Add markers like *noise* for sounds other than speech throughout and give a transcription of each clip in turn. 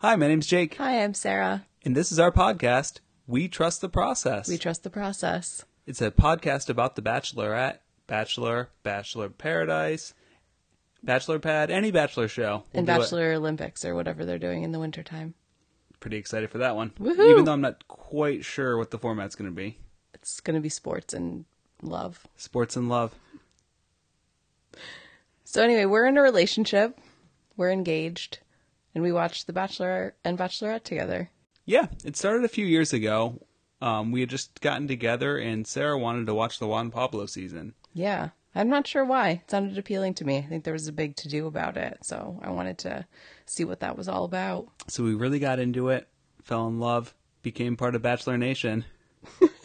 Hi, my name's Jake, Hi, I'm Sarah. and this is our podcast, We Trust the Process. We trust the process. it's a podcast about The Bachelorette, Bachelor, Bachelor Paradise, Bachelor Pad, any Bachelor show. We'll and do it. Bachelor Olympics or whatever they're doing in the wintertime. Pretty excited for that one. Woohoo! Even though I'm not quite sure what the format's going to be. It's going to be sports and love. Sports and love. So, anyway, we're in a relationship, we're engaged, and we watched The Bachelor and Bachelorette together. Yeah, it started a few years ago. Um, we had just gotten together, and Sarah wanted to watch the Juan Pablo season. Yeah. I'm not sure why. It sounded appealing to me. I think there was a big to do about it. So, I wanted to see what that was all about. So we really got into it, fell in love, became part of Bachelor Nation. Hmm. *laughs*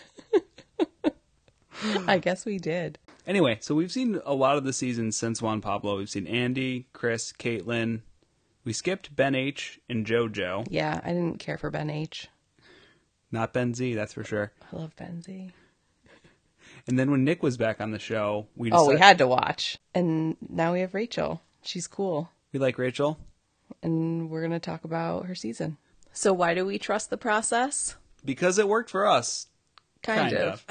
I guess we did. Anyway, so we've seen a lot of the seasons since Juan Pablo. We've seen Andy, Chris, Caitlin. We skipped Ben H and JoJo. Yeah, I didn't care for Ben H. Not Ben Z, that's for sure. I love Ben Z. And then when Nick was back on the show, we Oh, we decided- had to watch. And now we have Rachel. She's cool. we like Rachel. and we're going to talk about her season. So, why do we trust the process? Because it worked for us. Kind, of.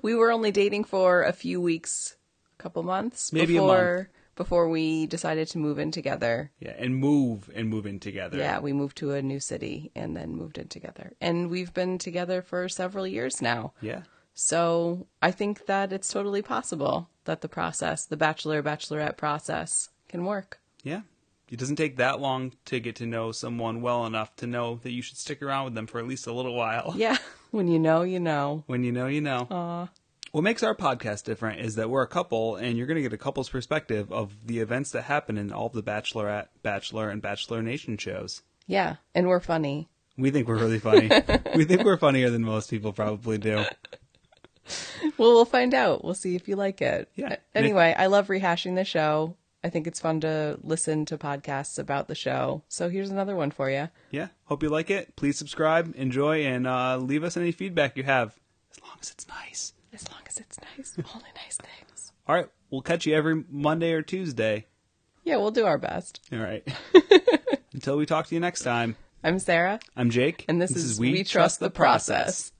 We were only dating for a few weeks, a couple months Maybe a month. before before we decided to move in together. Yeah, and move and move in together. Yeah, we moved to a new city and then moved in together. And we've been together for several years now. Yeah. So, I think that it's totally possible that the process, the bachelor bachelorette process can work. Yeah. It doesn't take that long to get to know someone well enough to know that you should stick around with them for at least a little while. Yeah, when you know, you know. When you know, you know. What makes our podcast different is that we're a couple, and you're going to get a couple's perspective of the events that happen in all of the Bachelorette, Bachelor, and Bachelor Nation shows. Yeah, and we're funny. We think we're really *laughs* funny. we think we're funnier than most people probably do. Well, we'll find out. We'll see if you like it. Yeah. A- Anyway, I love rehashing the show. I think it's fun to listen to podcasts about the show. So here's another one for you. Yeah. Hope you like it. Please subscribe, enjoy, and uh, leave us any feedback you have, as long as it's nice. As long as it's *laughs* nice, only nice things. All right. We'll catch you every Monday or Tuesday. Yeah, we'll do our best. All *laughs* right. Until we talk to you next time, I'm Sarah, I'm Jake. and this, is, We Trust the Process.